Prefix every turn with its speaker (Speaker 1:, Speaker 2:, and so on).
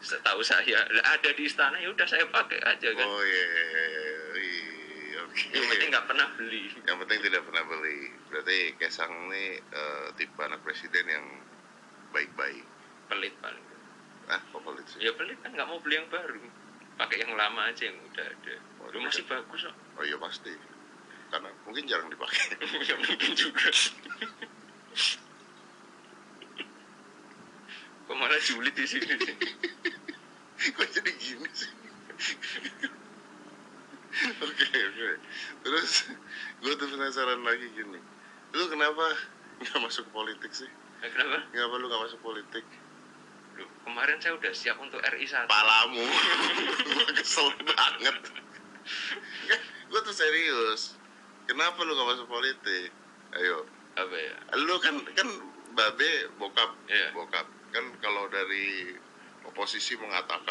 Speaker 1: setahu saya Lah, ada di istana ya udah saya pakai aja kan
Speaker 2: Oh iya, iya, iya, iya. oke.
Speaker 1: yang penting nggak pernah beli
Speaker 2: Yang penting tidak pernah beli. Berarti Kesang ini eh, tipe anak presiden yang baik-baik.
Speaker 1: pelit paling
Speaker 2: Ah, kok pelit sih?
Speaker 1: ya pelit kan nggak mau beli yang baru pakai yang lama aja yang udah ada
Speaker 2: Oh,
Speaker 1: lu masih bagus kok
Speaker 2: Oh iya pasti. Karena mungkin jarang dipakai.
Speaker 1: ya mungkin juga kok malah julid di sini nih?
Speaker 2: Kok jadi gini sih? Oke, oke. Terus gue tuh penasaran lagi gini. Lu kenapa nggak masuk politik sih?
Speaker 1: Nah, kenapa
Speaker 2: Kenapa lu nggak masuk politik?
Speaker 1: Loh, kemarin saya udah siap untuk RI 1
Speaker 2: Palamu. Gua kesel banget. gue tuh serius. Kenapa lu nggak masuk politik? Ayo,
Speaker 1: apa ya
Speaker 2: lu kan kan babe bokap
Speaker 1: Iya.
Speaker 2: bokap kan kalau dari oposisi mengatakan